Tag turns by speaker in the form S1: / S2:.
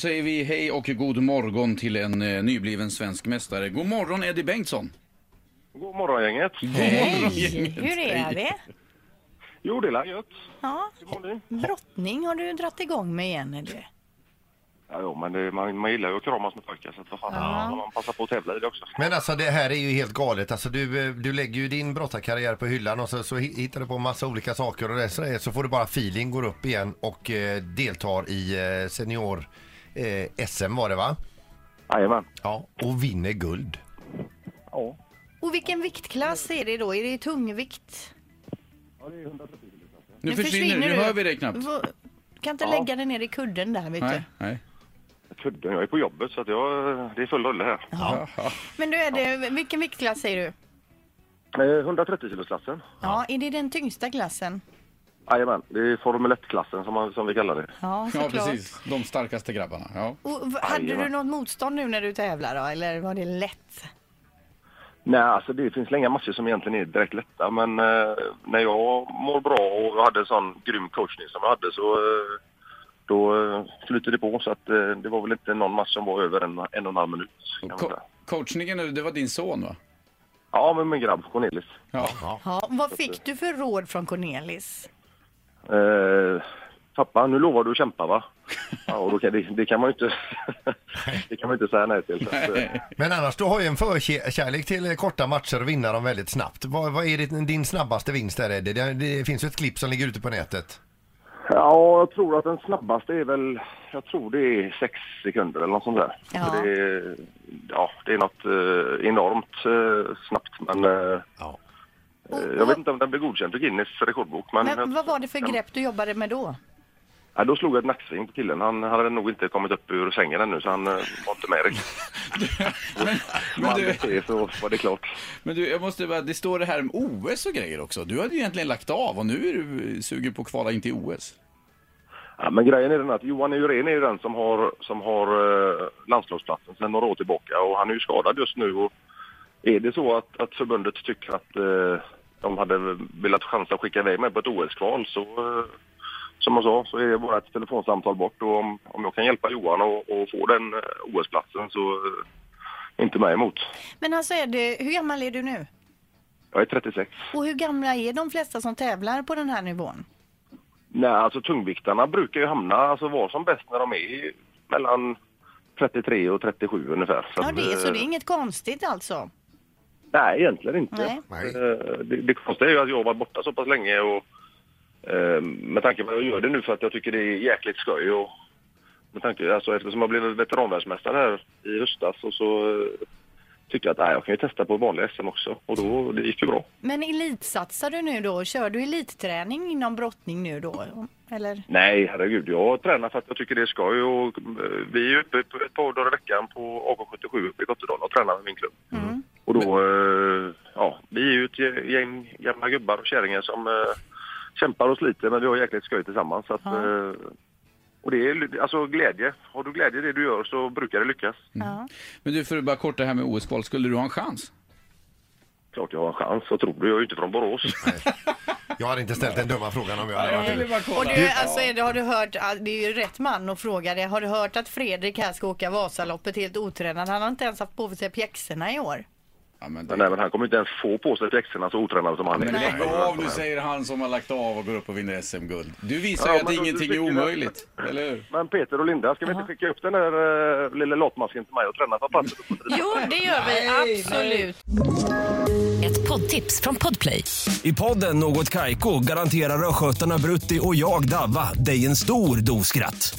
S1: säger vi hej och god morgon till en eh, nybliven svensk mästare. God morgon Eddie Bengtsson!
S2: God morgon gänget.
S1: Hej!
S3: Hur är det?
S2: Jo, det är gött.
S3: Ja.
S2: Hur mår ni?
S3: Brottning har du dratt igång med igen eller?
S2: Ja, jo, men det, man, man gillar ju att kramas med pojkar så att vad fan, man passar på att tävla i det också.
S4: Men alltså det här är ju helt galet. Alltså, du, eh, du lägger ju din brottarkarriär på hyllan och så, så hi- hittar du på massa olika saker och det så, är- så får du bara feeling, går upp igen och eh, deltar i eh, senior eh, SM var det va?
S2: Jajamän.
S4: Ja, och vinner guld.
S2: Ja.
S3: Och vilken viktklass är det då? Är det i tungvikt?
S1: Nu försvinner du, nu hör vi dig knappt.
S3: Va- Kan inte
S2: Ja.
S3: lägga dig ner i kudden där vet
S1: Nej,
S3: du.
S1: nej.
S2: Kudden, jag är på jobbet så att jag, det är full rulle här.
S3: Men du är det, vilken viktklass säger du?
S2: Eh, 130 kilosklassen.
S3: Ja, är det den tyngsta klassen?
S2: Jajamän, det är Formel 1-klassen som, man- som vi kallar det.
S3: Ja,
S1: Ja,
S3: såklart.
S1: precis. De starkaste grabbarna. Ja.
S3: Och, v- hade du
S2: Jajamän.
S3: något motstånd nu när du tävlar då, eller var det lätt?
S2: Nej, alltså det finns inga matcher som egentligen är direkt lätta men eh, när jag mår bra och jag hade en sån grym coachning som jag hade så eh, då eh, flyter det på så att eh, det var väl inte någon match som var över en, en och en halv minut. Kan man
S1: Co
S2: säga.
S1: coachningen, det var din son va?
S2: Ja, men min grabb Cornelis.
S1: Ja.
S3: Ja, vad fick du för råd från Cornelis?
S2: Eh, pappa, nu lovar du att kämpa va? Ja, och då kan, det, det kan man ju inte, det kan man ju inte säga nej till. Så att, eh,
S4: Men annars, du har ju en förkärlek till eh, korta matcher och vinna dem väldigt snabbt. Vad, vad är det, din snabbaste vinst där Eddie? Det, det finns ju ett klipp som ligger ute på nätet.
S2: ja, jag tror att den snabbaste är väl, jag tror det är sex sekunder eller något sånt där.
S3: Ja.
S2: Så Det, är, ja, det är något eh, enormt eh, snabbt men eh,
S4: Ja.
S3: Och,
S2: jag vet
S3: och,
S2: inte om den blir godkänd för Guinness rekordbok. Men,
S3: men vad var det för grepp du jobbade med då?
S2: Ja, då slog jag ett nacksving på killen. Han hade nog inte kommit upp ur sängen ännu så han eh, var inte med riktigt.
S1: Men
S2: Men
S1: du,
S2: det så var det klart.
S1: men du, jag måste bara, det står det här om OS och grejer också. Du hade ju egentligen lagt av och nu är du sugen på att kvala in till OS.
S2: Ja, men grejen är den att Johan Uren är ju den som har, som har eh, landslagsplatsen sedan några år tillbaka och han är ju skadad just nu. Och är det så att, att förbundet tycker att eh, de hade velat chansa att skicka iväg mig på ett OS-kval så eh, som jag sa så är det bara ett telefonsamtal bort och om, om jag kan hjälpa Johan och, och få den eh, OS-platsen så eh, inte mig emot.
S3: Men alltså är det, hur gammal är du nu?
S2: Jag är 36.
S3: Och hur gamla är de flesta som tävlar på den här nivån?
S2: Nej, alltså tungviktarna brukar ju hamna, alltså var som bäst när de är mellan 33 och 37 ungefär.
S3: Ja,
S2: att,
S3: det är, så
S2: eh,
S3: det är inget konstigt alltså?
S2: Nej, egentligen inte.
S3: Nej.
S4: Nej.
S2: Eh, Det, det konstiga är ju att jag har varit borta så pass länge och eh, med tanke på att jag gör det nu för att jag tycker det är jäkligt skoj och med tanke, alltså eftersom jag blev veteranvärldsmästare här i höstas och så eh, tyckte jag att nej, jag kan ju testa på vanliga SM också och då, det gick ju bra.
S3: Men elitsatsar du nu då? Kör du elitträning inom brottning nu då? Eller?
S2: Nej, herregud, jag tränar för att jag tycker det är skoj och eh, vi är ju uppe på ett par dagar i veckan på AK77 uppe i Gotterdal och tränar med min klubb.
S3: Mm.
S2: Och då, eh, ja, vi är ju ett ge- gäng gamla gubbar och kärringar som eh, kämpar och sliter men vi har jäkligt skoj tillsammans. Så att,
S3: Ja.
S2: eh, och det är ly- alltså glädje. Har du glädje i det du gör så brukar det lyckas.
S3: Ja.
S1: Men du, för att bara kort det här med OS-kval, skulle du ha en chans?
S2: Klart jag har en chans, vad tror du? Jag är ju inte från Borås.
S4: Jag hade inte ställt den dumma frågan om jag hade varit
S1: bara kolla.
S3: Och du, alltså, är det, har du hört, det är ju rätt man att fråga det. Har du hört att Fredrik här ska åka Vasaloppet helt otränad? Han har inte ens haft på sig pjäxorna i år.
S1: Ja, men
S2: Men,
S1: det...
S2: nej, men han kommer inte ens få på sig pjäxorna så otränad som han är.
S1: Men lägg av nu säger han som har lagt av och går upp och vinner SM-guld. Du visar
S2: Ja,
S1: ju att
S2: men då-
S1: ingenting
S2: du
S1: är
S2: tycker att-
S1: omöjligt, eller hur?
S2: Men Peter och Linda, ska vi inte skicka upp den där uh, lilla latmasken till mig och träna för passet?
S3: Jo, det gör vi absolut.
S5: Ett poddtips från Podplay.
S6: I podden Något Kaiko garanterar östgötarna Brutti och jag, Davva, dig en stor dos skratt.